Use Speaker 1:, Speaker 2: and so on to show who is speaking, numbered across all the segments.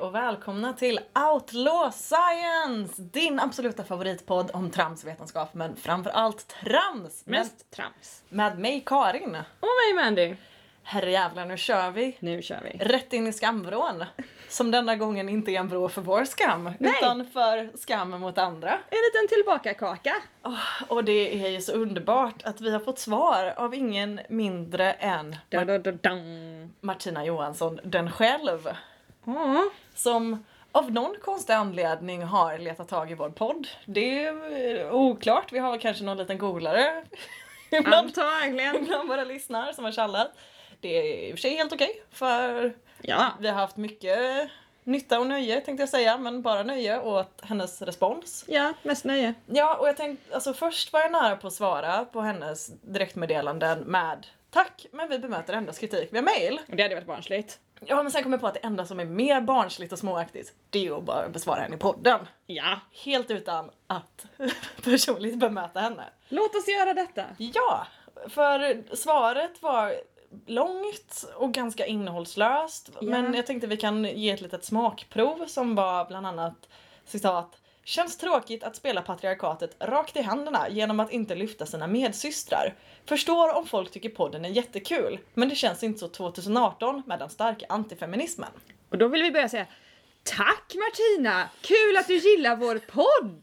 Speaker 1: och välkomna till Outlaw Science! Din absoluta favoritpodd om tramsvetenskap, men framförallt trams! Med,
Speaker 2: Mest trams.
Speaker 1: med mig Karin.
Speaker 2: Och mig Mandy.
Speaker 1: Herrejävlar, nu kör vi!
Speaker 2: Nu kör vi.
Speaker 1: Rätt in i skamvrån. Som denna gången inte är en vrå för vår skam,
Speaker 2: Nej.
Speaker 1: utan för skam mot andra.
Speaker 2: En liten tillbakakaka.
Speaker 1: Åh, och det är ju så underbart att vi har fått svar av ingen mindre än
Speaker 2: Da, da, da, dang.
Speaker 1: Martina Johansson, den själv.
Speaker 2: Ja.
Speaker 1: som av någon konstig anledning har letat tag i vår podd. Det är oklart, vi har väl kanske någon liten googlare bland,
Speaker 2: Antagligen.
Speaker 1: bland våra lyssnare som har tjallat. Det är i och för sig helt okej, för
Speaker 2: Ja.
Speaker 1: vi har haft mycket nytta och nöje tänkte jag säga, men bara nöje åt hennes respons.
Speaker 2: Ja, mest nöje.
Speaker 1: Ja, och jag tänkte, alltså först var jag nära på att svara på hennes direktmeddelanden med Tack, men vi bemöter endast kritik via mail.
Speaker 2: Och det hade varit barnsligt.
Speaker 1: Ja, men sen kom jag på att det enda som är mer barnsligt och småaktigt, det är ju att bara besvara henne i podden.
Speaker 2: Ja.
Speaker 1: helt utan att personligt bemöta henne.
Speaker 2: Låt oss göra detta.
Speaker 1: Ja, för svaret var långt och ganska innehållslöst.
Speaker 2: Ja.
Speaker 1: Men jag tänkte vi kan ge ett litet smakprov som var bland annat citat Känns tråkigt att spela patriarkatet rakt i händerna genom att inte lyfta sina medsystrar. Förstår om folk tycker podden är jättekul, men det känns inte så 2018 med den starka antifeminismen.
Speaker 2: Och då vill vi börja säga Tack Martina! Kul att du gillar vår podd!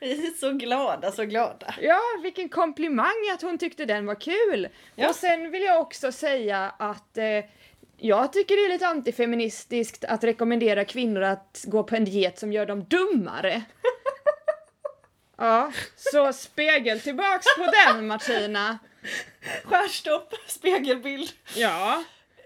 Speaker 1: Vi är så glada, så glada.
Speaker 2: Ja, vilken komplimang att hon tyckte den var kul!
Speaker 1: Ja.
Speaker 2: Och sen vill jag också säga att eh, jag tycker det är lite antifeministiskt att rekommendera kvinnor att gå på en diet som gör dem dummare. ja, så spegel tillbaks på den Martina!
Speaker 1: Skärstopp, spegelbild.
Speaker 2: Ja,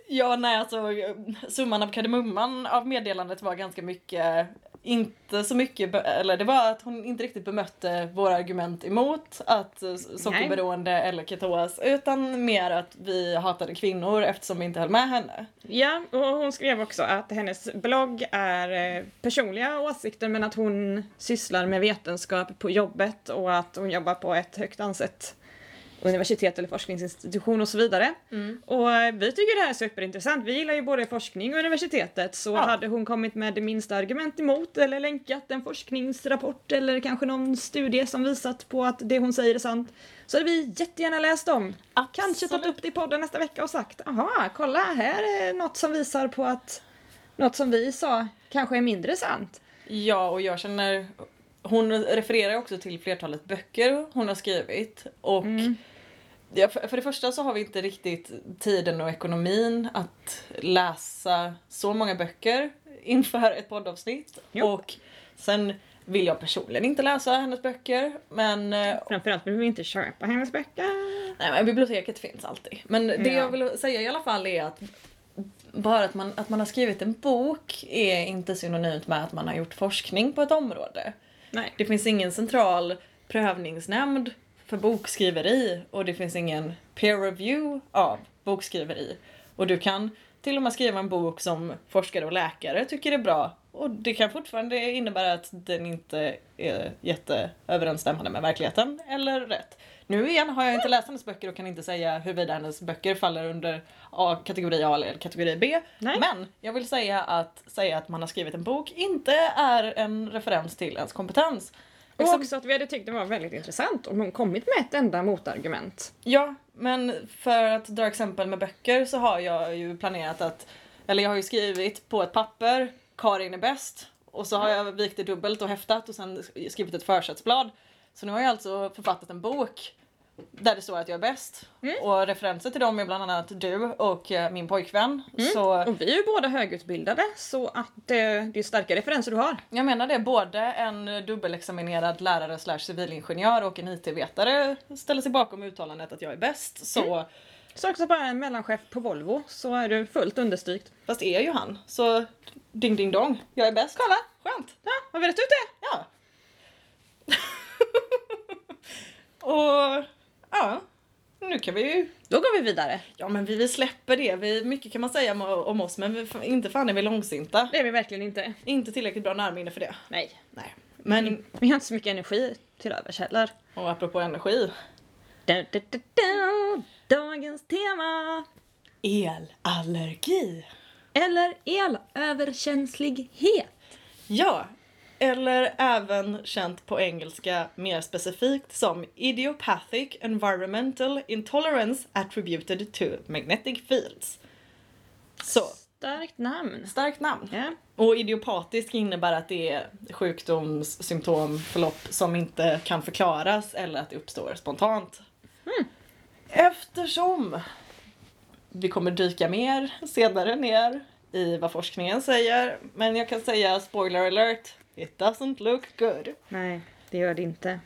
Speaker 1: Ja, nej alltså eh, summan av kardemumman av meddelandet var ganska mycket, inte så mycket, be- eller det var att hon inte riktigt bemötte våra argument emot att eh, s- sockerberoende eller ketos, utan mer att vi hatade kvinnor eftersom vi inte höll med henne.
Speaker 2: ja, och hon skrev också att hennes blogg är eh, personliga åsikter men att hon sysslar med vetenskap på jobbet och att hon jobbar på ett högt ansett universitet eller forskningsinstitution och så vidare. Och eh, vi tycker det här är superintressant. Vi gillar ju både forskning och universitetet. Så hade hon kommit med det minsta argument emot eller länkat en forskningsrapport eller kanske någon studie som visat på att det hon säger är sant så hade vi jättegärna läst om. Kanske tagit upp det i podden nästa vecka och sagt aha, kolla här är något som visar på att något som vi sa kanske är mindre sant.
Speaker 1: Ja, och jag känner... Hon refererar också till flertalet böcker hon har skrivit. Och
Speaker 2: Mm.
Speaker 1: ja, för, för det första så har vi inte riktigt tiden och ekonomin att läsa så många böcker inför ett poddavsnitt.
Speaker 2: Jo.
Speaker 1: Och sen vill jag personligen inte läsa hennes böcker. Men, eh,
Speaker 2: Framförallt vill vi inte köpa hennes böcker.
Speaker 1: nej, men biblioteket finns alltid. Men det
Speaker 2: Ja.
Speaker 1: jag vill säga i alla fall är att bara att man, att man har skrivit en bok är inte synonymt med att man har gjort forskning på ett område.
Speaker 2: Nej.
Speaker 1: Det finns ingen central prövningsnämnd för bokskriveri och det finns ingen peer review av bokskriveri. Och du kan till och med skriva en bok som forskare och läkare tycker är bra och det kan fortfarande innebära att den inte är jätteöverensstämmande med verkligheten eller rätt. Nu igen har jag inte läst hennes böcker och kan inte säga huruvida hennes böcker faller under A, kategori A eller kategori B.
Speaker 2: Nej.
Speaker 1: Men jag vill säga att säga att man har skrivit en bok inte är en referens till ens kompetens.
Speaker 2: Och
Speaker 1: Liksom-
Speaker 2: också att vi hade tyckt det var väldigt intressant om hon kommit med ett enda motargument.
Speaker 1: Ja, men för att dra exempel med böcker så har jag ju planerat att, eller jag har ju skrivit på ett papper, Karin är bäst, och så har jag vikt det dubbelt och häftat och sen skrivit ett försättsblad. Så nu har jag alltså författat en bok där det står att jag är bäst. Och referenser till dem är bland annat du och eh, min pojkvän.
Speaker 2: Mm.
Speaker 1: Så
Speaker 2: Och vi är ju båda högutbildade så att eh, det är starka referenser du har.
Speaker 1: Jag menar det, både en dubbelexaminerad lärare slash civilingenjör och en IT-vetare ställer sig bakom uttalandet att jag är bäst. Så,
Speaker 2: Så också bara en mellanchef på Volvo så är du fullt understrykt.
Speaker 1: fast är ju han. Så ding ding dong, jag är bäst. Kolla, skönt.
Speaker 2: Ja, har vi rätt ut det?
Speaker 1: Ja. och ja, nu kan vi ju...
Speaker 2: Då går vi vidare.
Speaker 1: Ja men vi, vi släpper det, vi, mycket kan man säga om, om oss men vi, inte fan är vi långsinta.
Speaker 2: Det är vi verkligen inte.
Speaker 1: Inte tillräckligt bra närminne för det.
Speaker 2: Nej.
Speaker 1: Nej. Men,
Speaker 2: Vi har inte så mycket energi till övers heller.
Speaker 1: Mm. och apropå energi.
Speaker 2: Da, da, da, da. Dagens tema!
Speaker 1: Elallergi.
Speaker 3: Eller elöverkänslighet.
Speaker 1: Ja, eller även känt på engelska mer specifikt som Idiopathic Environmental Intolerance Attributed to Magnetic Fields. Så,
Speaker 2: Starkt namn.
Speaker 1: starkt namn.
Speaker 2: Ja.
Speaker 1: Och idiopatisk innebär att det är sjukdomssymptom, förlopp som inte kan förklaras eller att det uppstår spontant. Hmm. Eftersom vi kommer dyka mer senare ner i vad forskningen säger, men jag kan säga spoiler alert, it doesn't look good.
Speaker 2: Nej, det gör det inte. Mm,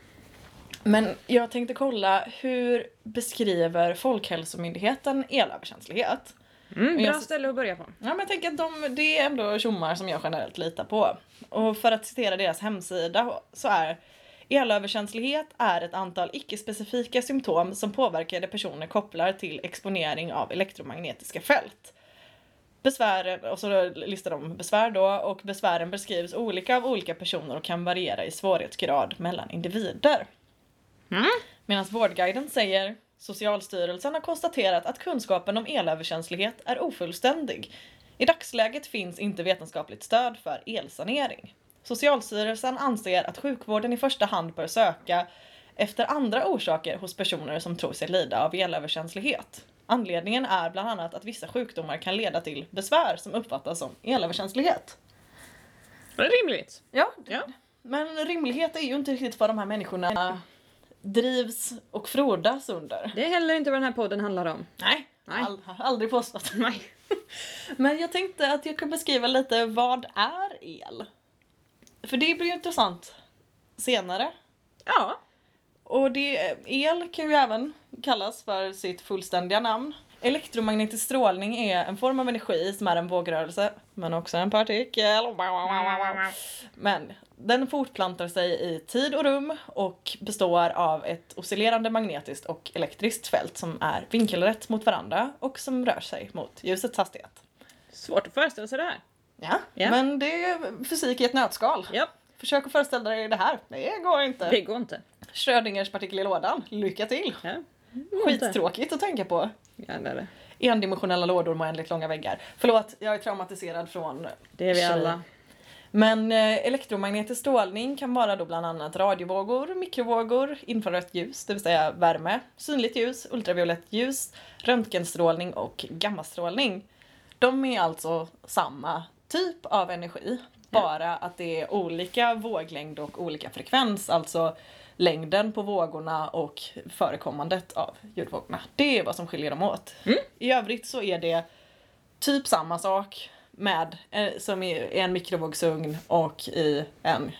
Speaker 1: Men jag tänkte kolla, hur beskriver Folkhälsomyndigheten elöverkänslighet?
Speaker 2: Mm, bra
Speaker 1: jag-
Speaker 2: ställe att börja på.
Speaker 1: Ja, men jag tänker att de, det är ändå tjommar som jag generellt litar på. Och för att citera deras hemsida så är elöverkänslighet är ett antal icke-specifika symptom som påverkade personer kopplar till exponering av elektromagnetiska fält. Besvären, och så listar de besvär då, och besvären beskrivs olika av olika personer och kan variera i svårighetsgrad mellan individer.
Speaker 2: Mm.
Speaker 1: Medan Vårdguiden säger Socialstyrelsen har konstaterat att kunskapen om elöverkänslighet är ofullständig. I dagsläget finns inte vetenskapligt stöd för elsanering. Socialstyrelsen anser att sjukvården i första hand bör söka efter andra orsaker hos personer som tror sig lida av elöverkänslighet. Anledningen är bland annat att vissa sjukdomar kan leda till besvär som uppfattas som elöverkänslighet.
Speaker 2: Det är rimligt.
Speaker 1: Ja,
Speaker 2: Ja.
Speaker 1: men rimlighet är ju inte riktigt vad de här människorna drivs och frodas under.
Speaker 2: Det är heller inte vad den här podden handlar om.
Speaker 1: Nej,
Speaker 2: Nej.
Speaker 1: All, har aldrig påstått.
Speaker 2: Nej.
Speaker 1: Men jag tänkte att jag kan beskriva lite vad är el? För det blir ju intressant senare.
Speaker 2: Ja.
Speaker 1: Och det, el kan ju även kallas för sitt fullständiga namn. Elektromagnetisk strålning är en form av energi som är en vågrörelse, men också en partikel. Men den fortplantar sig i tid och rum och består av ett oscillerande magnetiskt och elektriskt fält som är vinkelrätt mot varandra och som rör sig mot ljusets hastighet.
Speaker 2: Svårt att föreställa sig det här.
Speaker 1: Ja,
Speaker 2: Ja.
Speaker 1: men det är fysik i ett nötskal.
Speaker 2: Ja,
Speaker 1: Försök att föreställa dig det här. Det går
Speaker 2: det
Speaker 1: inte.
Speaker 2: går inte.
Speaker 1: Schrödingers partikel i lådan. Lycka till!
Speaker 2: Ja.
Speaker 1: Skittråkigt att tänka på.
Speaker 2: Ja, det, är det.
Speaker 1: Endimensionella lådor med oändligt långa väggar. Förlåt, jag är traumatiserad från...
Speaker 2: det är vi
Speaker 1: Tjej.
Speaker 2: alla.
Speaker 1: Men eh, elektromagnetisk strålning kan vara då bland annat radiovågor, mikrovågor, infrarött ljus, det vill säga värme, synligt ljus, ultraviolett ljus, röntgenstrålning och gammastrålning. De är alltså samma typ av energi, bara att det är olika våglängd och olika frekvens, alltså längden på vågorna och förekommandet av ljudvågorna. Det är vad som skiljer dem åt. I övrigt så är det typ samma sak med, eh, som i en mikrovågsugn och i en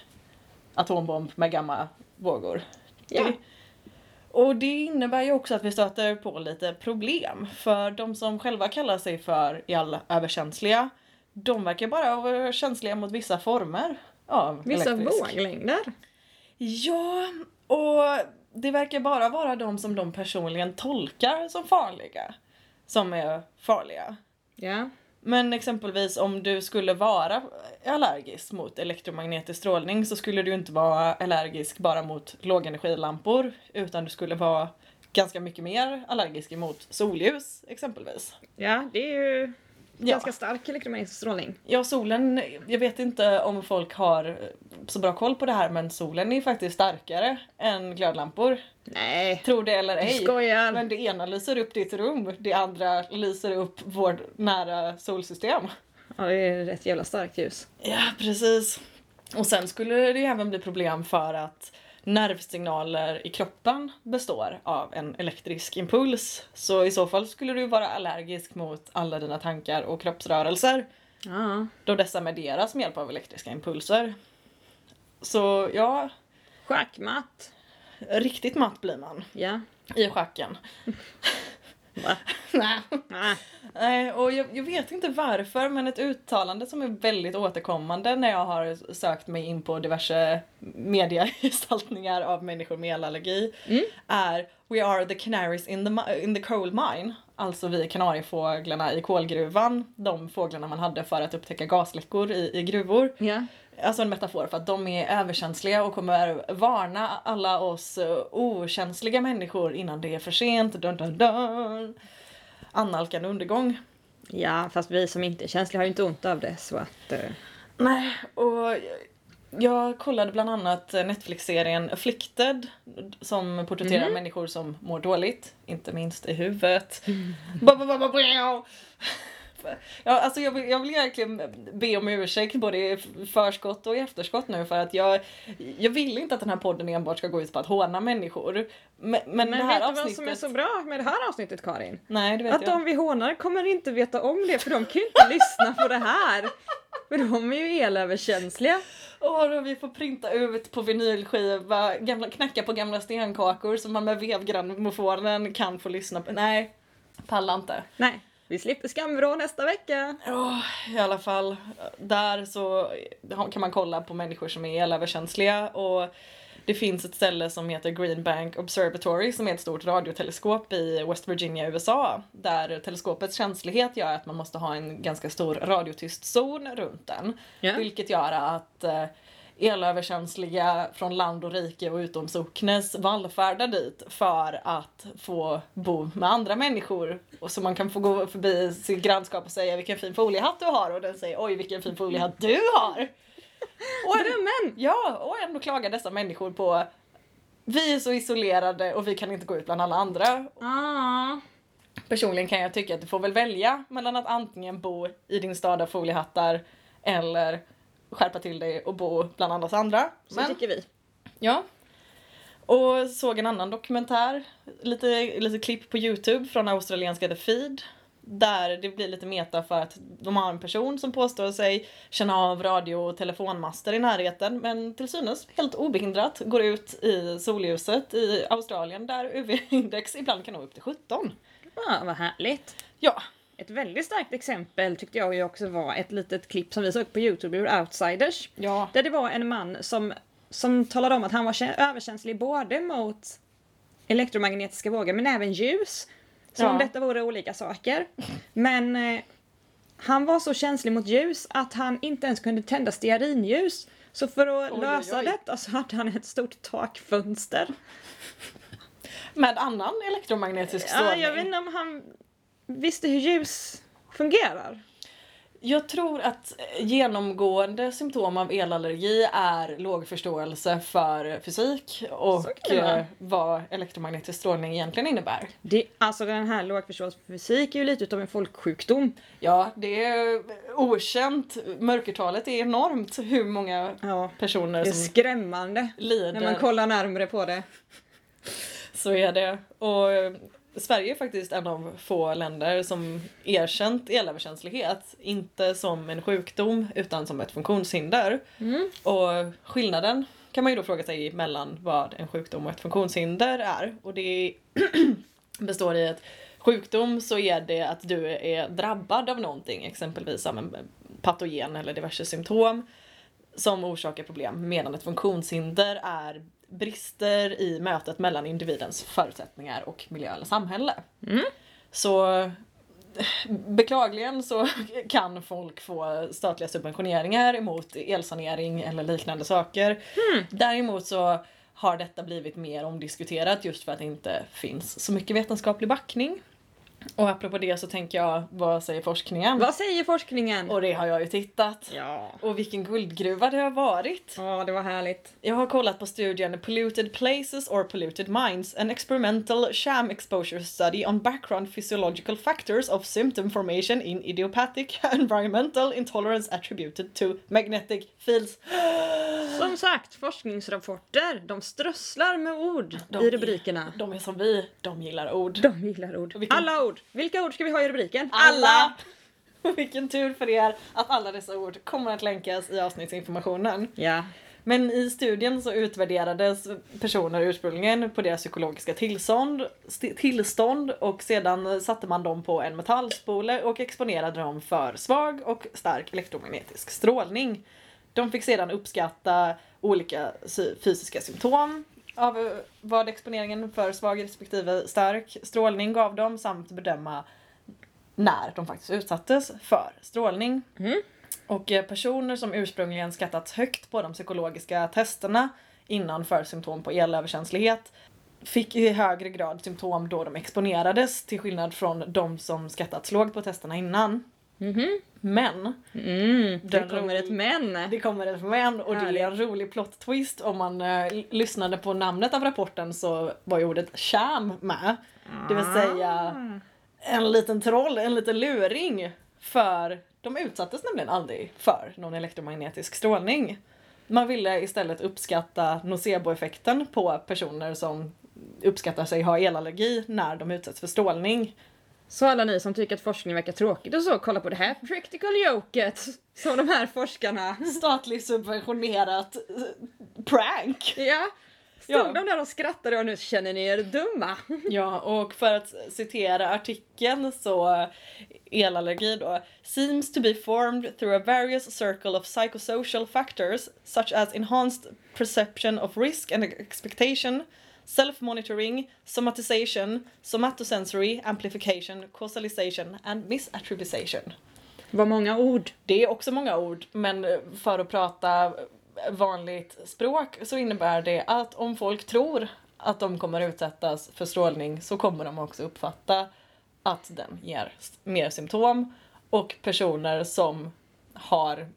Speaker 1: atombomb med gammavågor.
Speaker 2: Ja.
Speaker 1: Och det innebär ju också att vi stöter på lite problem. För de som själva kallar sig för elöverkänsliga, de verkar bara vara känsliga mot vissa former av
Speaker 2: Vissa
Speaker 1: elektrisk.
Speaker 2: våglängder.
Speaker 1: Ja, och det verkar bara vara de som de personligen tolkar som farliga. Som är farliga.
Speaker 2: Ja.
Speaker 1: Men exempelvis om du skulle vara allergisk mot elektromagnetisk strålning så skulle du inte vara allergisk bara mot lågenergilampor utan du skulle vara ganska mycket mer allergisk mot solljus exempelvis.
Speaker 2: ja, det är ju
Speaker 1: Ja.
Speaker 2: ganska stark elektromagnetisk strålning.
Speaker 1: Ja, solen, jag vet inte om folk har så bra koll på det här men solen är faktiskt starkare än glödlampor.
Speaker 2: Nej,
Speaker 1: Tro det eller
Speaker 2: du
Speaker 1: ej.
Speaker 2: skojar.
Speaker 1: Men det ena lyser upp ditt rum, det andra lyser upp vårt nära solsystem.
Speaker 2: Ja, det är rätt jävla starkt ljus.
Speaker 1: Ja, precis. Och sen skulle det ju även bli problem för att nervsignaler i kroppen består av en elektrisk impuls. Så i så fall skulle du vara allergisk mot alla dina tankar och kroppsrörelser
Speaker 2: Ja.
Speaker 1: då dessa medieras med hjälp av elektriska impulser. Så ja,
Speaker 2: Schackmatt.
Speaker 1: riktigt matt blir man
Speaker 2: Ja.
Speaker 1: i schacken.
Speaker 2: Va?
Speaker 1: Nej.
Speaker 2: Ah.
Speaker 1: Nej, och jag, jag vet inte varför men ett uttalande som är väldigt återkommande när jag har sökt mig in på diverse mediegestaltningar av människor med elallergi är We are the canaries in the, mi- in the coal mine. Alltså vi är kanariefåglarna i kolgruvan, de fåglarna man hade för att upptäcka gasläckor i, i gruvor.
Speaker 2: Ja.
Speaker 1: Alltså en metafor för att de är överkänsliga och kommer varna alla oss eh, okänsliga människor innan det är för sent. Dun, dun, dun. Annalkande undergång.
Speaker 2: Ja, fast vi som inte är känsliga har ju inte ont av det så att... eh,
Speaker 1: Nej, och jag kollade bland annat Netflix-serien Afflicted som porträtterar
Speaker 2: Mhm.
Speaker 1: människor som mår dåligt, inte minst i huvudet.
Speaker 2: Mm.
Speaker 1: Ba, ba, ba, ba, ba. Ja, alltså jag, vill, jag vill verkligen be om ursäkt både i förskott och i efterskott nu för att jag, jag vill inte att den här podden enbart ska gå ut på att håna människor. Men, men, det
Speaker 2: Men vet
Speaker 1: här
Speaker 2: du vad
Speaker 1: avsnittet...
Speaker 2: som är så bra med det här avsnittet Karin?
Speaker 1: Nej, det vet
Speaker 2: Att
Speaker 1: jag.
Speaker 2: de vi hånar kommer inte veta om det för de kan ju inte lyssna på det här. För de är ju elöverkänsliga.
Speaker 1: Åh, då vi får printa ut på vinylskiva, gamla, knacka på gamla stenkakor som man med vevgrammofonen kan få lyssna på. Nej, pallar inte.
Speaker 2: Nej, vi slipper skamvrå nästa vecka.
Speaker 1: Åh, I alla fall, där så kan man kolla på människor som är elöverkänsliga och det finns ett ställe som heter Green Bank Observatory som är ett stort radioteleskop i West Virginia, USA. Där teleskopets känslighet gör att man måste ha en ganska stor radiotyst zon runt den.
Speaker 2: Ja.
Speaker 1: Vilket gör att eh, elöverkänsliga från land och rike och utom socknes vallfärdar dit för att få bo med andra människor. Och så man kan få gå förbi sitt grannskap och säga vilken fin foliehatt du har och den säger oj vilken fin foliehatt du har. Och
Speaker 2: Drömmen!
Speaker 1: Ja, och ändå klagar dessa människor på vi är så isolerade och vi kan inte gå ut bland alla andra.
Speaker 2: Ah.
Speaker 1: Personligen kan jag tycka att du får väl välja mellan att antingen bo i din stad av foliehattar eller skärpa till dig och bo bland andras andra.
Speaker 2: Så
Speaker 1: Men,
Speaker 2: tycker vi.
Speaker 1: ja. Och såg en annan dokumentär, lite, lite klipp på Youtube från australienska The Feed. Där det blir lite meta för att de har en person som påstår sig känna av radio och telefonmaster i närheten men till synes helt obehindrat går ut i solljuset i Australien där UV-index ibland kan nå upp till 17.
Speaker 2: Ah, vad härligt.
Speaker 1: Ja,
Speaker 2: Ett väldigt starkt exempel tyckte jag ju också var ett litet klipp som vi såg på Youtube ur Outsiders.
Speaker 1: Ja.
Speaker 2: Där det var en man som, som talade om att han var kä- överkänslig både mot elektromagnetiska vågor men även ljus. Som
Speaker 1: Ja.
Speaker 2: om detta vore olika saker. Men eh, han var så känslig mot ljus att han inte ens kunde tända stearinljus. Så för att
Speaker 1: Oj, oj,
Speaker 2: lösa
Speaker 1: oj.
Speaker 2: detta så hade han ett stort takfönster.
Speaker 1: Med annan elektromagnetisk
Speaker 2: Ja,
Speaker 1: strålning.
Speaker 2: jag vet inte om han visste hur ljus fungerar.
Speaker 1: Jag tror att eh, genomgående symptom av elallergi är låg förståelse för fysik
Speaker 2: Så
Speaker 1: och
Speaker 2: kan det vara.
Speaker 1: eh, vad elektromagnetisk strålning egentligen innebär.
Speaker 2: Det, alltså den här lågförståelsen för fysik är ju lite utav en folksjukdom.
Speaker 1: Ja, det är okänt. Mörkertalet är enormt hur många
Speaker 2: Ja,
Speaker 1: personer
Speaker 2: det är
Speaker 1: som
Speaker 2: skrämmande. När man
Speaker 1: lider.
Speaker 2: kollar närmre på det.
Speaker 1: Så är det. Och eh, Sverige är faktiskt en av få länder som erkänt elöverkänslighet. Inte som en sjukdom utan som ett funktionshinder. Och skillnaden kan man ju då fråga sig mellan vad en sjukdom och ett funktionshinder är. Och det består i att sjukdom så är det att du är drabbad av någonting, exempelvis av en patogen eller diverse symptom som orsakar problem medan ett funktionshinder är brister i mötet mellan individens förutsättningar och miljö eller samhälle. Så beklagligen så kan folk få statliga subventioneringar emot elsanering eller liknande saker. Däremot så har detta blivit mer omdiskuterat just för att det inte finns så mycket vetenskaplig backning. Och apropå det så tänker jag, vad säger forskningen?
Speaker 2: Vad säger forskningen?
Speaker 1: Och det har jag ju tittat.
Speaker 2: Ja.
Speaker 1: Och vilken guldgruva det har varit.
Speaker 2: Ja, det var härligt.
Speaker 1: Jag har kollat på studien Polluted Places or Polluted Minds, an experimental sham exposure study on background physiological factors of symptom formation in idiopathic environmental intolerance attributed to magnetic fields.
Speaker 2: Som sagt, forskningsrapporter, de strösslar med ord
Speaker 1: De
Speaker 2: i rubrikerna.
Speaker 1: Är, de är som vi, de gillar ord.
Speaker 2: De gillar ord.
Speaker 1: Vilken-
Speaker 2: Alla ord! Vilka ord ska vi ha i rubriken?
Speaker 1: Och Vilken tur för er att alla dessa ord kommer att länkas i avsnittsinformationen.
Speaker 2: Ja.
Speaker 1: Men i studien så utvärderades personer ursprungligen på deras psykologiska tillstånd, st- tillstånd och sedan satte man dem på en metallspole och exponerade dem för svag och stark elektromagnetisk strålning. De fick sedan uppskatta olika sy- fysiska symptom av eh, vad exponeringen för svag respektive stark strålning gav dem samt bedöma när de faktiskt utsattes för strålning. Och eh, personer som ursprungligen skattats högt på de psykologiska testerna innan för symptom på elöverkänslighet fick i högre grad symptom då de exponerades till skillnad från de som skattats lågt på testerna innan.
Speaker 2: Mhm.
Speaker 1: Men
Speaker 2: Mm. Det
Speaker 1: Den
Speaker 2: kommer
Speaker 1: rolig-
Speaker 2: ett men.
Speaker 1: det kommer ett men och det är en rolig plot twist. Om man eh, l- lyssnade på namnet av rapporten så var ju ordet sham med. Det
Speaker 2: Ah.
Speaker 1: vill säga- En liten troll, en liten luring. För de utsattes nämligen aldrig för någon elektromagnetisk strålning. Man ville istället uppskatta noceboeffekten på personer som uppskattar sig ha elallergi när de utsätts för strålning.
Speaker 2: Så alla ni som tycker att forskning verkar tråkigt och så, kolla på det här practical joket som de här forskarna.
Speaker 1: Statligt subventionerat eh, prank!
Speaker 2: Ja. Stod
Speaker 1: Ja.
Speaker 2: de där och skrattade och nu känner ni er dumma.
Speaker 1: Ja, och för att citera artikeln så elallergi då seems to be formed through a various circle of psychosocial factors such as enhanced perception of risk and expectation, self-monitoring, somatization, somatosensory, amplification, causalization and misattribution.
Speaker 2: Vad många ord.
Speaker 1: Det är också många ord, men för att prata vanligt språk så innebär det att om folk tror att de kommer utsättas för strålning så kommer de också uppfatta att den ger s- mer symptom. Och personer som har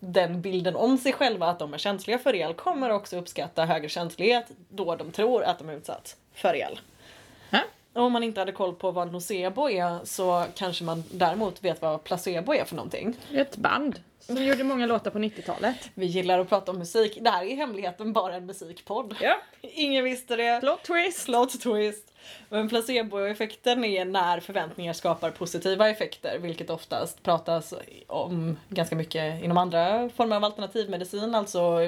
Speaker 1: den bilden om sig själva att de är känsliga för el kommer också uppskatta högre känslighet då de tror att de är utsatts för el.
Speaker 2: Ja.
Speaker 1: Och om man inte hade koll på vad nocebo är så kanske man däremot vet vad placebo är för någonting.
Speaker 2: Ett band som gjorde många låtar på 90-talet.
Speaker 1: Vi gillar att prata om musik. Det här är i hemligheten bara en musikpodd.
Speaker 2: Ja.
Speaker 1: Ingen visste det.
Speaker 2: Plot twist.
Speaker 1: Plot twist. Men placeboeffekten är när förväntningar skapar positiva effekter, vilket oftast pratas om ganska mycket inom andra former av alternativmedicin, alltså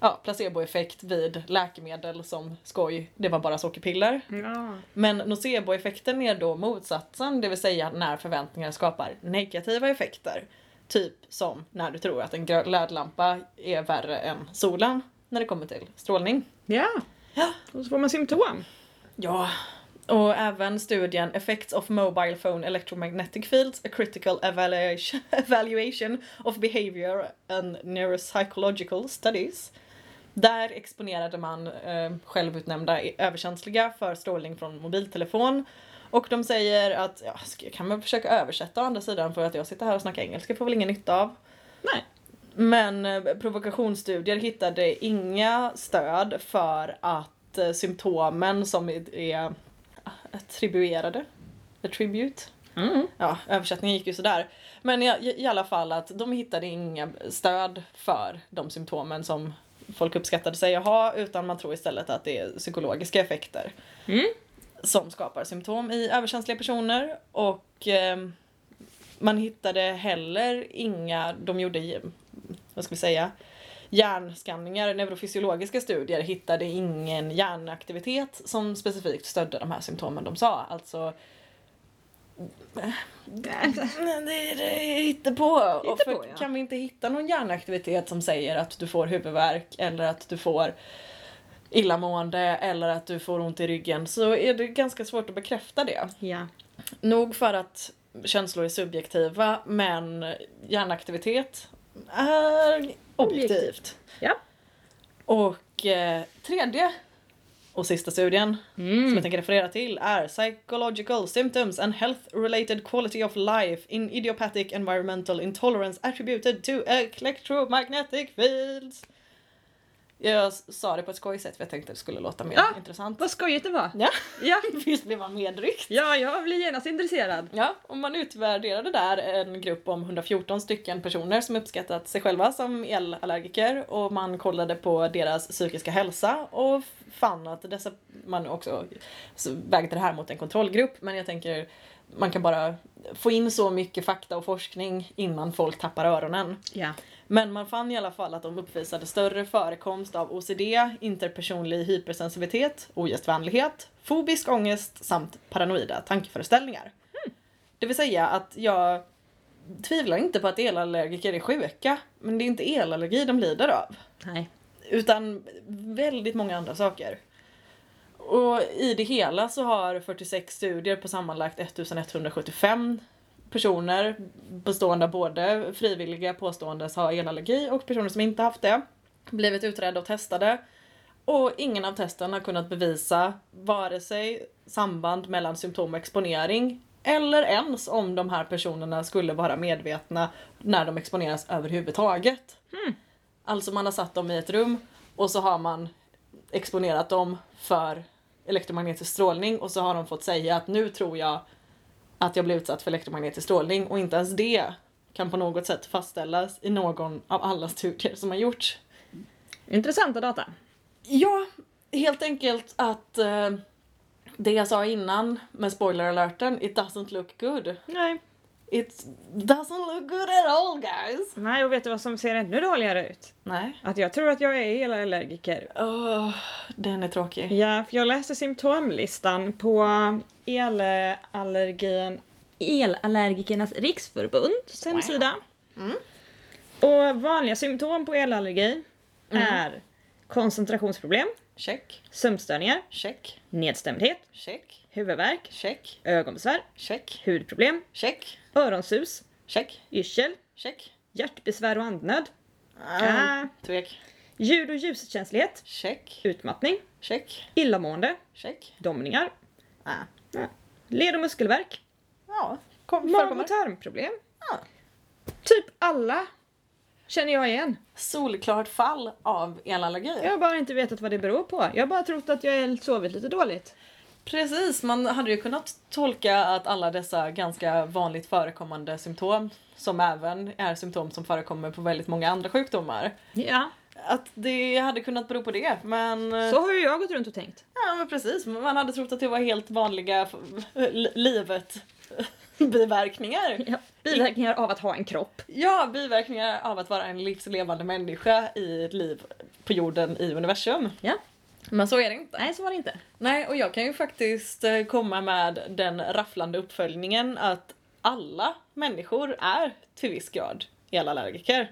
Speaker 1: ja, placeboeffekt vid läkemedel som skoj, det var bara sockerpiller.
Speaker 2: Ja.
Speaker 1: Men noceboeffekten är då motsatsen, det vill säga när förväntningar skapar negativa effekter. Typ som när du tror att en glö- glödlampa är värre än solen när det kommer till strålning.
Speaker 2: Ja.
Speaker 1: Ja.
Speaker 2: Och så får man symptom.
Speaker 1: Ja. Och även studien Effects of Mobile Phone Electromagnetic Fields, A Critical Evaluation, evaluation of Behavior and Neuropsychological Studies. Där exponerade man eh, självutnämnda i- överkänsliga för strålning från mobiltelefon. Och de säger att, ja, ska- jag kan väl försöka översätta å andra sidan för att jag sitter här och snackar engelska får väl ingen nytta av.
Speaker 2: Nej.
Speaker 1: Men eh, provokationsstudier hittade inga stöd för att eh, symptomen som är- är attribuerade, attribute,
Speaker 2: Mm.
Speaker 1: ja översättningen gick ju sådär. Men i, i i alla fall att de hittade inga stöd för de symptomen som folk uppskattade sig att ha utan man tror istället att det är psykologiska effekter
Speaker 2: Mm.
Speaker 1: som skapar symptom i överkänsliga personer och ehm, man hittade heller inga, de gjorde, i- vad ska vi säga, hjärnskanningar, neurofysiologiska studier hittade ingen hjärnaktivitet som specifikt stödde de här symptomen de sa. Alltså det är hittepå. Och
Speaker 2: Hittepå,
Speaker 1: för,
Speaker 2: ja.
Speaker 1: Kan vi inte hitta någon hjärnaktivitet som säger att du får huvudvärk eller att du får illamående eller att du får ont i ryggen så är det ganska svårt att bekräfta det.
Speaker 2: Ja.
Speaker 1: Nog för att känslor är subjektiva men hjärnaktivitet är objektivt.
Speaker 2: Ja.
Speaker 1: Och eh, tredje och sista studien
Speaker 2: Mm.
Speaker 1: som jag tänker referera till är Psychological symptoms and health related quality of life in idiopathic environmental intolerance attributed to electromagnetic fields. Jag s- sa det på ett skojigt sätt för jag tänkte det skulle låta mer
Speaker 2: Ja.
Speaker 1: intressant.
Speaker 2: Vad skojigt det var.
Speaker 1: Ja,
Speaker 2: Ja.
Speaker 1: visst blir man medryckt?
Speaker 2: Ja, jag blir genast intresserad.
Speaker 1: Ja, och man utvärderade där en grupp om 114 stycken personer som uppskattat sig själva som elallergiker och man kollade på deras psykiska hälsa och fann att dessa, man också så vägde det här mot en kontrollgrupp men jag tänker man kan bara få in så mycket fakta och forskning innan folk tappar öronen.
Speaker 2: Ja.
Speaker 1: Men man fann i alla fall att de uppvisade större förekomst av OCD, interpersonlig hypersensitivitet, ogästvänlighet, fobisk ångest samt paranoida tankeföreställningar. Det vill säga att jag tvivlar inte på att elallergiker är sjuka, men det är inte elallergi de lider av.
Speaker 2: Nej.
Speaker 1: Utan väldigt många andra saker. Och i det hela så har 46 studier på sammanlagt 1175 personer bestående av både frivilliga påståendes ha elallergi och personer som inte haft det blivit utredda och testade. Och ingen av testen har kunnat bevisa vare sig samband mellan symptom och exponering eller ens om de här personerna skulle vara medvetna när de exponeras överhuvudtaget. Alltså man har satt dem i ett rum och så har man exponerat dem för elektromagnetisk strålning och så har de fått säga att nu tror jag att jag blev utsatt för elektromagnetisk strålning och inte ens det kan på något sätt fastställas i någon av alla studier som har gjorts.
Speaker 2: Intressanta data.
Speaker 1: Ja, helt enkelt att eh, det jag sa innan med spoiler-alerten, it doesn't look good.
Speaker 2: Nej.
Speaker 1: It doesn't look good at all guys!
Speaker 2: Nej, och vet du vad som ser ännu dåligare ut?
Speaker 1: Nej.
Speaker 2: Att jag tror att jag är elallergiker.
Speaker 1: Åh, den är tråkig.
Speaker 2: Ja, för jag läste symptomlistan på elallergin Elallergikernas riksförbunds hemsida.
Speaker 1: Mm.
Speaker 2: Och vanliga symptom på elallergi
Speaker 1: Mm.
Speaker 2: är koncentrationsproblem,
Speaker 1: Check,
Speaker 2: sömnstörningar,
Speaker 1: check,
Speaker 2: nedstämdhet,
Speaker 1: check,
Speaker 2: huvudvärk,
Speaker 1: check,
Speaker 2: ögonbesvär,
Speaker 1: check,
Speaker 2: hudproblem,
Speaker 1: check,
Speaker 2: öronsus,
Speaker 1: check,
Speaker 2: yrsel,
Speaker 1: check.
Speaker 2: hjärtbesvär och andnöd,
Speaker 1: Ah,
Speaker 2: Ah.
Speaker 1: tvek.
Speaker 2: ljud och ljuskänslighet,
Speaker 1: Check,
Speaker 2: utmattning,
Speaker 1: check,
Speaker 2: illamående,
Speaker 1: check.
Speaker 2: domningar,
Speaker 1: Ah.
Speaker 2: led och muskelvärk,
Speaker 1: Ja, kom,
Speaker 2: mag
Speaker 1: förekommer.
Speaker 2: och tarmproblem.
Speaker 1: Ja.
Speaker 2: Typ alla känner jag igen.
Speaker 1: Solklart fall av elallergi.
Speaker 2: Jag har bara inte vetat vad det beror på. Jag har bara trott att jag har sovit lite dåligt.
Speaker 1: Precis, man hade ju kunnat tolka att alla dessa ganska vanligt förekommande symptom som även är symptom som förekommer på väldigt många andra sjukdomar.
Speaker 2: Ja.
Speaker 1: Att det hade kunnat bero på det men...
Speaker 2: Så har ju jag gått runt och tänkt.
Speaker 1: Ja men precis, man hade trott att det var helt vanliga f- li- livet biverkningar.
Speaker 2: Ja. Biverkningar av att ha en kropp.
Speaker 1: Ja, biverkningar av att vara en livslevande människa i ett liv på jorden i universum.
Speaker 2: Ja.
Speaker 1: Men så är det inte.
Speaker 2: Nej, så var det inte.
Speaker 1: Nej, och jag kan ju faktiskt eh, komma med den rafflande uppföljningen att alla människor är till viss grad elallergiker.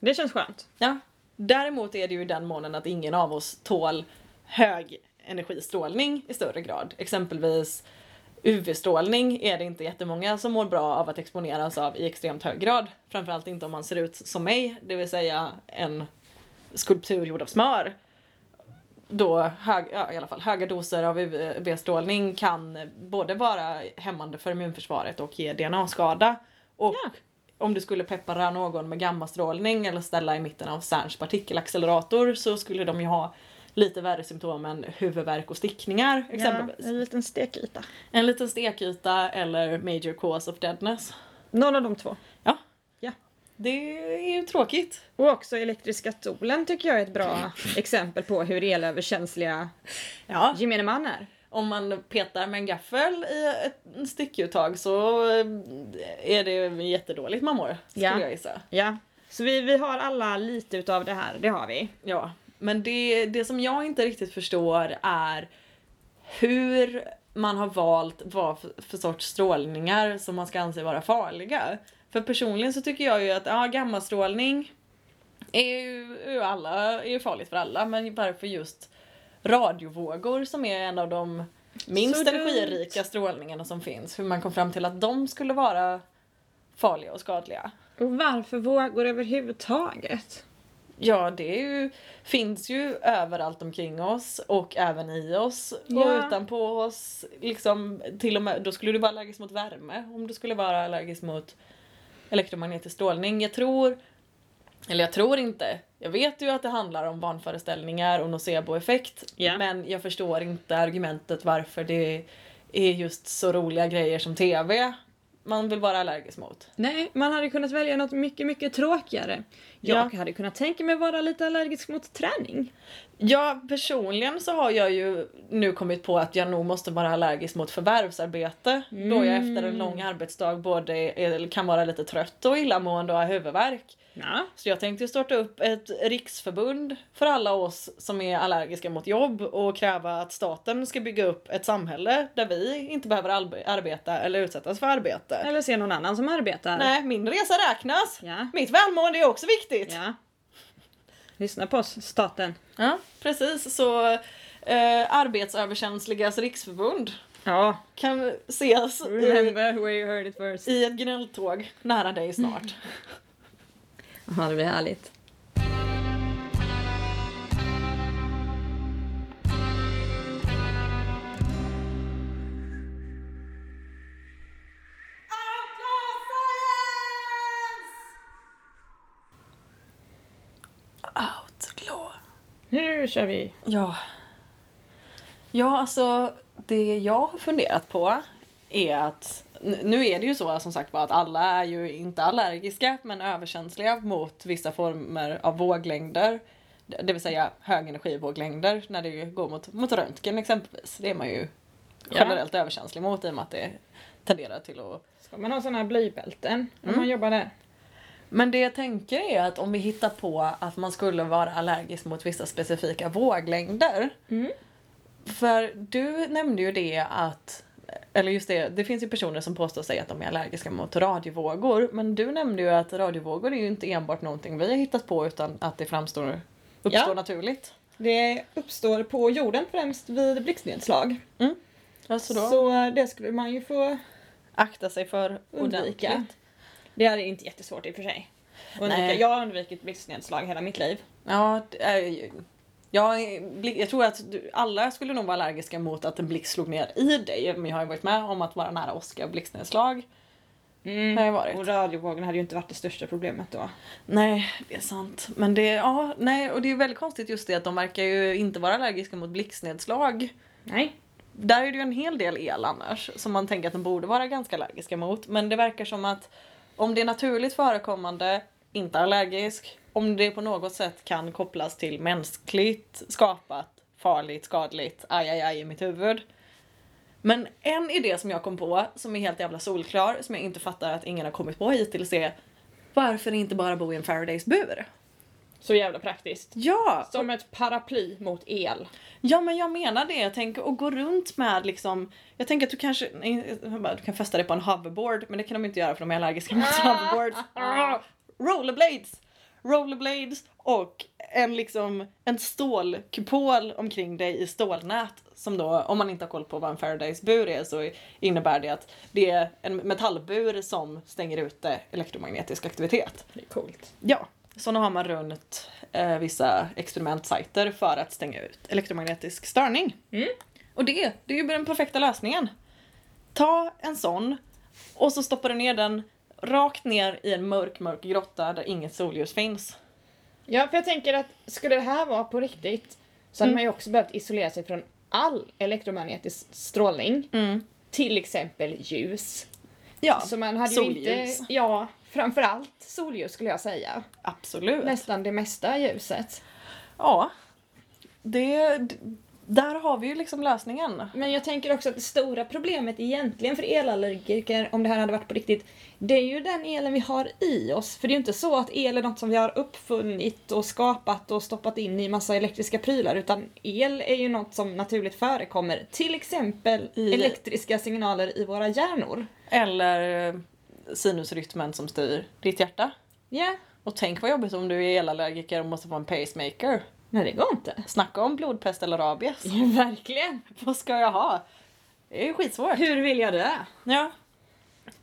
Speaker 2: Det känns skönt.
Speaker 1: Ja. Däremot är det ju i den månen att ingen av oss tål hög energistrålning i större grad. Exempelvis UV-strålning är det inte jättemånga som mår bra av att exponeras av i extremt hög grad. Framförallt inte om man ser ut som mig, det vill säga en skulptur gjord av smör. Då hög, ja, i alla fall, höga doser av UV-strålning kan både vara hämmande för immunförsvaret och ge DNA-skada. Och
Speaker 2: Ja.
Speaker 1: om du skulle peppra någon med gammastrålning eller ställa i mitten av Cerns partikelaccelerator så skulle de ju ha lite värre symptom än huvudvärk och stickningar exempelvis.
Speaker 2: Ja, en liten stekyta.
Speaker 1: En liten stekyta eller major cause of deadness.
Speaker 2: Någon av de två.
Speaker 1: Det är ju tråkigt.
Speaker 2: Och också elektriska stolen tycker jag är ett bra exempel på hur elöverkänsliga
Speaker 1: Ja.
Speaker 2: gemene man är.
Speaker 1: Om man petar med en gaffel i ett stickuttag så eh, är det jättedåligt man mår, skulle
Speaker 2: Ja.
Speaker 1: jag gissa.
Speaker 2: Ja. Så vi, vi har alla lite utav det här, det har vi.
Speaker 1: Ja, men det, det som jag inte riktigt förstår är hur man har valt vad för, för sorts strålningar som man ska anse vara farliga. För personligen så tycker jag ju att ja, gammastrålning är ju, är ju alla, är ju farligt för alla men varför just radiovågor som är en av de minst
Speaker 2: Så dumt.
Speaker 1: energirika strålningarna som finns. Hur man kom fram till att de skulle vara farliga och skadliga.
Speaker 2: Och varför vågor överhuvudtaget?
Speaker 1: Ja, det är ju, finns ju överallt omkring oss och även i oss och
Speaker 2: Ja.
Speaker 1: utanpå oss. Liksom, till och med, då skulle du vara allergisk mot värme om du skulle vara allergisk mot elektromagnetisk strålning. Jag tror, eller jag tror inte, jag vet ju att det handlar om vanföreställningar och noceboeffekt
Speaker 2: Ja.
Speaker 1: men jag förstår inte argumentet varför det är just så roliga grejer som TV man vill vara allergisk mot.
Speaker 2: Nej, man hade kunnat välja något mycket, mycket tråkigare. Jag hade kunnat tänka mig vara lite allergisk mot träning.
Speaker 1: Ja, personligen så har jag ju nu kommit på att jag nog måste vara allergisk mot förvärvsarbete. Då jag efter en
Speaker 2: Mm.
Speaker 1: lång arbetsdag både är, kan vara lite trött och illamående och ha huvudvärk.
Speaker 2: Ja.
Speaker 1: Så jag tänkte ju starta upp ett riksförbund för alla oss som är allergiska mot jobb och kräva att staten ska bygga upp ett samhälle där vi inte behöver albe- arbeta eller utsättas för arbete.
Speaker 2: Eller se någon annan som arbetar.
Speaker 1: Nej, min resa räknas!
Speaker 2: Ja.
Speaker 1: Mitt välmående är också viktigt!
Speaker 2: ja. Lyssna på oss, staten.
Speaker 1: Ja, precis. Så eh, Arbetsöverkänsligas riksförbund
Speaker 2: Ja.
Speaker 1: kan ses i,
Speaker 2: Remember where you heard it first.
Speaker 1: i ett gnälltåg nära dig snart.
Speaker 2: Ja, det blir härligt. nu kör vi.
Speaker 1: Ja. Ja, alltså det jag har funderat på är att n- nu är det ju så som sagt bara att alla är ju inte allergiska men överkänsliga mot vissa former av våglängder. Det det vill säga högenergivåglängder när det ju går mot, mot röntgen exempelvis. Det är man ju
Speaker 2: Ja.
Speaker 1: generellt överkänslig mot i och med att det tenderar till att
Speaker 2: Ska man ha sådana här blybälten när man jobbar där?
Speaker 1: Men det jag tänker är att om vi hittar på att man skulle vara allergisk mot vissa specifika våglängder.
Speaker 2: Mm.
Speaker 1: För du nämnde ju det att, eller just det, det finns ju personer som påstår sig att de är allergiska mot radiovågor. Men du nämnde ju att radiovågor är ju inte enbart någonting vi har hittat på utan att det framstår, uppstår
Speaker 2: Ja.
Speaker 1: naturligt.
Speaker 2: Det uppstår på jorden främst vid blixtnedslag.
Speaker 1: Alltså då,
Speaker 2: Så eh, det skulle man ju få
Speaker 1: akta sig för
Speaker 2: undvika.
Speaker 1: ordentligt.
Speaker 2: Det är inte jättesvårt i och för sig. Undvika.
Speaker 1: Nej.
Speaker 2: Jag har undvikit blixtnedslag hela mitt liv.
Speaker 1: Ja, det är ju- jag, jag tror att du, alla skulle nog vara allergiska mot att en blixt slog ner i dig. Men jag har ju varit med om att vara nära Oskar blixtnedslag. Har jag varit.
Speaker 2: Mm. Och radiovågorna hade ju inte varit det största problemet då.
Speaker 1: Nej, det är sant. Men det, ja, nej, och det är väldigt konstigt just det att de verkar ju inte vara allergiska mot blixtnedslag.
Speaker 2: Nej.
Speaker 1: Där är det ju en hel del el annars som man tänker att de borde vara ganska allergiska mot. Men det verkar som att om det är naturligt förekommande, inte allergisk, om det på något sätt kan kopplas till mänskligt skapat, farligt, skadligt, aj aj aj i mitt huvud. Men en idé som jag kom på, som är helt jävla solklar, som jag inte fattar att ingen har kommit på hittills är varför inte bara bo i en Faradays bur?
Speaker 2: Så jävla praktiskt.
Speaker 1: Ja!
Speaker 2: Som ett paraply mot el.
Speaker 1: Ja men jag menar det. Jag tänker och gå runt med liksom. Jag tänker att du kanske, nej, jag bara, du kan fästa dig på en hoverboard. Men det kan de inte göra för de är allergiska mot hoverboards. Ah, Rollerblades! Rollerblades och en liksom en stålkupol omkring dig i stålnät. Som då, om man inte har koll på vad en Faradays bur är så innebär det att det är en metallbur som stänger ute elektromagnetisk aktivitet.
Speaker 2: Det är coolt.
Speaker 1: Ja, sådana har man runt eh, vissa experimentsajter för att stänga ut elektromagnetisk störning.
Speaker 2: Mm.
Speaker 1: Och det, det är ju den perfekta lösningen. Ta en sån och så stoppar du ner den rakt ner i en mörk, mörk grotta där inget solljus finns.
Speaker 2: Ja, för jag tänker att skulle det här vara på riktigt så hade man ju också behövt isolera sig från all elektromagnetisk strålning. Till exempel ljus.
Speaker 1: Ja,
Speaker 2: Mm. Så man hade ju
Speaker 1: solljus.
Speaker 2: inte... Ja, framförallt solljus skulle jag säga.
Speaker 1: Absolut.
Speaker 2: Nästan det mesta ljuset.
Speaker 1: Ja. Det, d- där har vi ju liksom lösningen.
Speaker 2: Men jag tänker också att det stora problemet egentligen för elallergiker, om det här hade varit på riktigt, det är ju den elen vi har i oss. För det är ju inte så att el är något som vi har uppfunnit och skapat och stoppat in i massa elektriska prylar, utan el är ju något som naturligt förekommer. Till exempel
Speaker 1: I-
Speaker 2: elektriska signaler i våra hjärnor.
Speaker 1: Eller eh, sinusrytmen som styr ditt hjärta.
Speaker 2: Ja,
Speaker 1: Och tänk vad jobbigt om du är elallergiker och måste få en pacemaker.
Speaker 2: nej det går inte.
Speaker 1: Snacka om blodpest eller rabies.
Speaker 2: Ja, verkligen.
Speaker 1: Vad ska jag ha? Det är ju skitsvårt.
Speaker 2: Hur vill jag dö?
Speaker 1: Ja.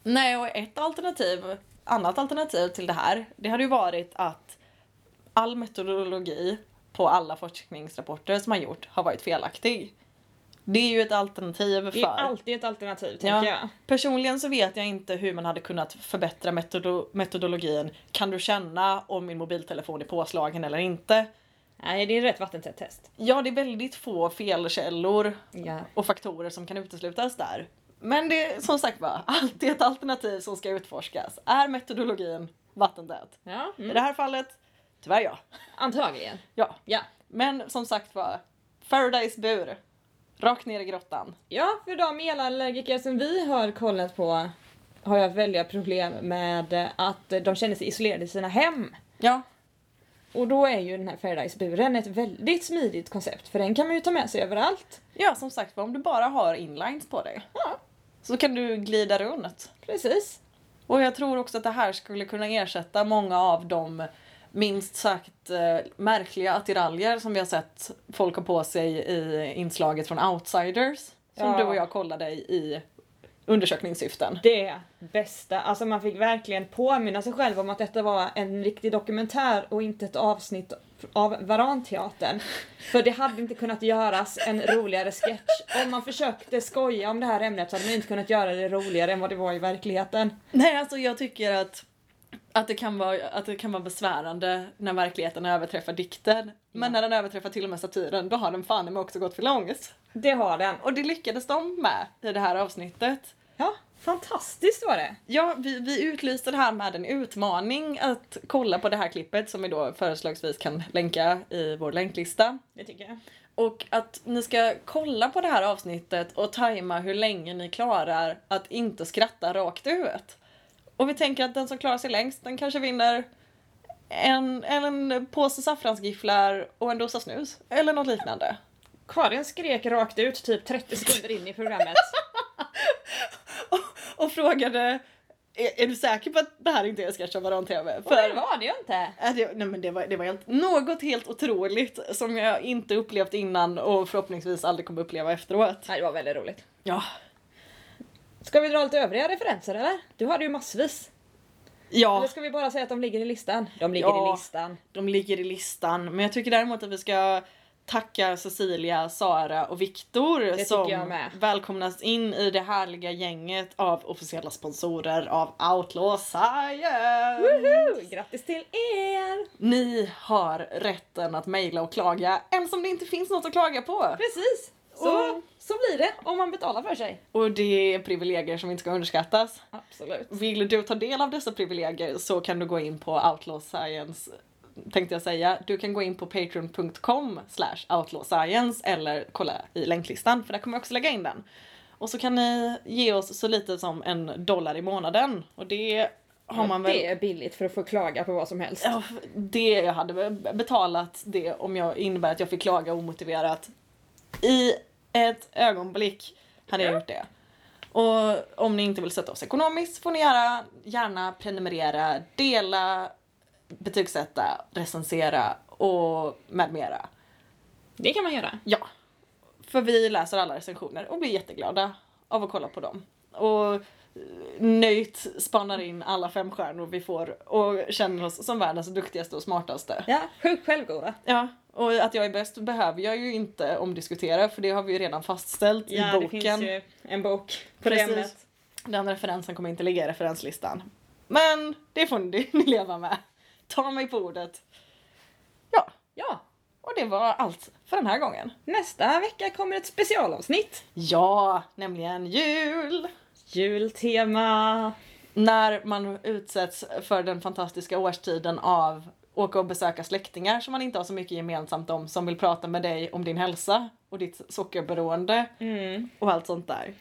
Speaker 1: Nej, och ett alternativ, annat alternativ till det här, det hade ju varit att all metodologi på alla forskningsrapporter som har gjort har varit felaktig. Det är ju ett alternativ
Speaker 2: Det är
Speaker 1: för...
Speaker 2: alltid ett alternativ,
Speaker 1: Ja.
Speaker 2: tänker jag.
Speaker 1: Personligen så vet jag inte hur man hade kunnat förbättra metodo- metodologin. Kan du känna om min mobiltelefon är påslagen eller inte?
Speaker 2: Nej, det är rätt vattentätt test.
Speaker 1: Ja, det är väldigt få felkällor
Speaker 2: Ja.
Speaker 1: och faktorer som kan uteslutas där. Men det är som sagt var alltid ett alternativ som ska utforskas. Är metodologin vattendät?
Speaker 2: Ja,
Speaker 1: I
Speaker 2: mm.
Speaker 1: det här fallet, tyvärr ja.
Speaker 2: Antagligen.
Speaker 1: ja.
Speaker 2: Ja.
Speaker 1: Men som sagt var, Faradays bur. Rakt ner i grottan.
Speaker 2: Ja, för de elallergiker som vi har kollat på har jag väldiga problem med att de känner sig isolerade i sina hem.
Speaker 1: Ja.
Speaker 2: Och då är ju den här Paradise-buren ett väldigt smidigt koncept för den kan man ju ta med sig överallt.
Speaker 1: Ja, som sagt var, om du bara har inlines på dig
Speaker 2: Ja,
Speaker 1: så kan du glida runt.
Speaker 2: precis.
Speaker 1: Och jag tror också att det här skulle kunna ersätta många av de minst sagt eh, märkliga attiraljer som vi har sett folk ha på sig i inslaget från Outsiders. Som
Speaker 2: Ja.
Speaker 1: du och jag kollade i- i undersökningssyften.
Speaker 2: Det bästa, alltså man fick verkligen påminna sig själv om att detta var en riktig dokumentär och inte ett avsnitt av Varanteatern. För det hade inte kunnat göras en roligare sketch. Om man försökte skoja om det här ämnet så hade man inte kunnat göra det roligare än vad det var i verkligheten.
Speaker 1: Nej, alltså jag tycker att att det, kan vara, att det kan vara besvärande när verkligheten överträffar dikten. Men när den överträffar till och med satiren, då har den fan i mig också gått för långt.
Speaker 2: Det har den.
Speaker 1: Och det lyckades de med i det här avsnittet.
Speaker 2: Ja, fantastiskt var det.
Speaker 1: Ja, vi, vi utlyste det här med en utmaning att kolla på det här klippet som vi då förslagsvis kan länka i vår länklista.
Speaker 2: Det tycker jag.
Speaker 1: Och att ni ska kolla på det här avsnittet och tajma hur länge ni klarar att inte skratta rakt ut. Och vi tänker att den som klarar sig längst, den kanske vinner en, en påse saffransgifflar och en dosa snus. Eller något liknande.
Speaker 2: Karin skrek rakt ut typ 30 sekunder in i programmet.
Speaker 1: Och, och frågade, är, är du säker på att det här inte är sketch av Varan TV?
Speaker 2: För det var det ju inte.
Speaker 1: Ja, Äh, det, nej men det var, det var helt, något helt otroligt som jag inte upplevt innan och förhoppningsvis aldrig kommer uppleva efteråt.
Speaker 2: Nej, det var väldigt roligt.
Speaker 1: Ja,
Speaker 2: Ska vi dra lite övriga referenser eller? Du hade ju massvis. Eller
Speaker 1: ja
Speaker 2: ska vi bara säga att de ligger i listan? De ligger
Speaker 1: Ja.
Speaker 2: i listan.
Speaker 1: de ligger i listan men jag tycker däremot att vi ska tacka Cecilia, Sara och Viktor
Speaker 2: tycker jag
Speaker 1: som
Speaker 2: med.
Speaker 1: välkomnas in i det härliga gänget av officiella sponsorer av Outlaw Science!
Speaker 2: Woho! Mm. Grattis till er!
Speaker 1: Ni har rätten att mejla och klaga, ens om det inte finns något att klaga på!
Speaker 2: Precis! Så, så blir det om man betalar för sig.
Speaker 1: Och det är privilegier som inte ska underskattas.
Speaker 2: Absolut.
Speaker 1: Vill du ta del av dessa privilegier så kan du gå in på Outlaw Science tänkte jag säga. Du kan gå in på patreon.com slash outlaw science eller kolla i länklistan för där kommer jag också lägga in den. Och så kan ni ge oss så lite som en dollar i månaden och det har man väl...
Speaker 2: Det är billigt för att få klaga på vad som helst.
Speaker 1: Ja, Det jag hade väl betalat det om jag innebär att jag fick klaga omotiverat. I ett ögonblick hade jag gjort det. Och om ni inte vill stötta oss ekonomiskt får ni gärna, gärna prenumerera, dela, betygsätta, recensera och med mera.
Speaker 2: Det kan man göra.
Speaker 1: Ja. För vi läser alla recensioner och blir jätteglada av att kolla på dem. Och eh, nöjt spanar in alla fem stjärnor vi får och känner oss som världens duktigaste och smartaste.
Speaker 2: Ja, sjukt självgoda.
Speaker 1: Ja, och att jag är bäst behöver jag ju inte omdiskutera för det har vi ju redan fastställt i boken.
Speaker 2: ju en bok på
Speaker 1: Precis. Den referensen kommer inte ligga i referenslistan. Men det får ni ni leva med. Ta mig på ordet. Ja,
Speaker 2: Ja,
Speaker 1: och det var allt för den här gången.
Speaker 2: nästa vecka kommer ett specialavsnitt.
Speaker 1: Ja, nämligen jul!
Speaker 2: Jultema.
Speaker 1: När man utsätts för den fantastiska årstiden av åka och besöka släktingar som man inte har så mycket gemensamt om som vill prata med dig om din hälsa och ditt sockerberoende och allt sånt där.
Speaker 2: Mm.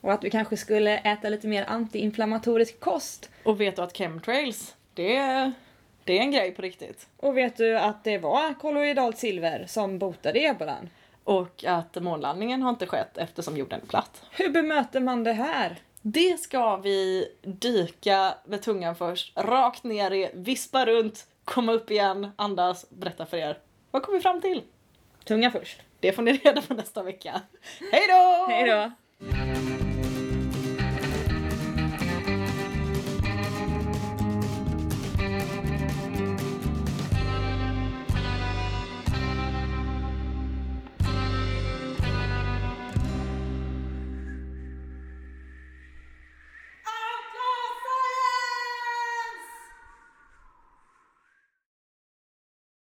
Speaker 2: Och att vi kanske skulle äta lite mer antiinflammatorisk kost.
Speaker 1: Och vet du att chemtrails, det är, det är en grej på riktigt.
Speaker 2: Och vet du att det var kolloidalt silver som botade ebolan?
Speaker 1: Och att månlandningen har inte skett eftersom jorden är platt.
Speaker 2: Hur bemöter man det här?
Speaker 1: Det ska vi dyka med tungan först, rakt ner i, vispa runt, komma upp igen, andas, berätta för er. Vad kom vi fram till?
Speaker 2: Tunga först.
Speaker 1: Det får ni reda på nästa vecka. Hej då!
Speaker 2: Hej då!